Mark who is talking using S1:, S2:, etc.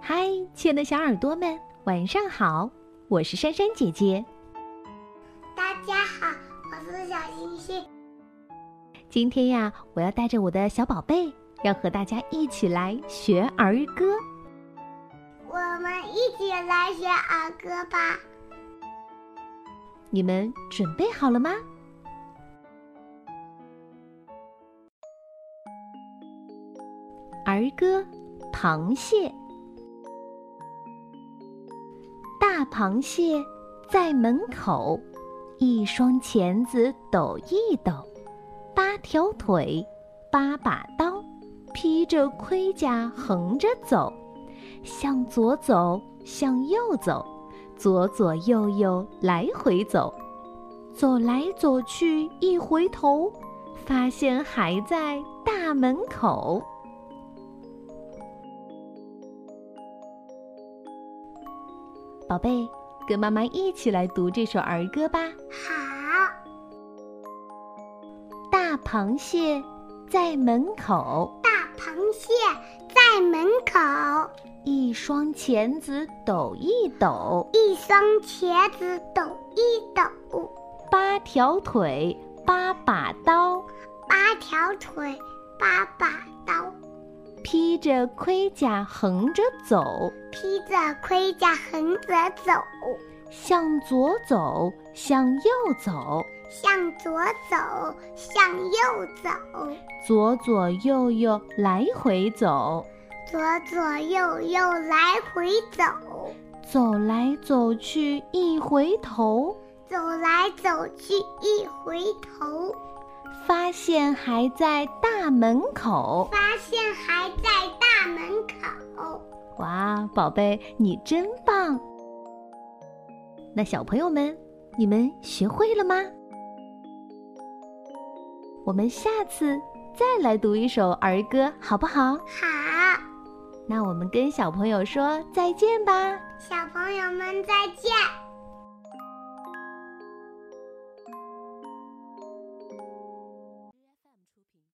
S1: 嗨，亲爱的小耳朵们，晚上好！我是珊珊姐姐。
S2: 大家好，我是小星星。
S1: 今天呀，我要带着我的小宝贝，要和大家一起来学儿歌。
S2: 我们一起来学儿歌吧。
S1: 你们准备好了吗？儿歌，螃蟹。大螃蟹在门口，一双钳子抖一抖，八条腿，八把刀，披着盔甲横着走，向左走，向右走，左左右右来回走，走来走去，一回头，发现还在大门口。宝贝，跟妈妈一起来读这首儿歌吧。
S2: 好，
S1: 大螃蟹在门口，
S2: 大螃蟹在门口，
S1: 一双钳子抖一抖，
S2: 一双茄子抖一抖，
S1: 八条腿，八把刀，
S2: 八条腿，八把刀，
S1: 披着盔甲横着走，
S2: 披着盔甲横着走，
S1: 向左走，向右走，
S2: 向左走，向右走，
S1: 左左右右来回走，
S2: 左左右右来回走，
S1: 走来走去一回头，
S2: 走来走去一回头，
S1: 发现还在大门口。
S2: 发现还在大门口。
S1: 哇，宝贝，你真棒！那小朋友们，你们学会了吗？我们下次再来读一首儿歌，好不好？
S2: 好，
S1: 那我们跟小朋友说再见吧。
S2: 小朋友们再见。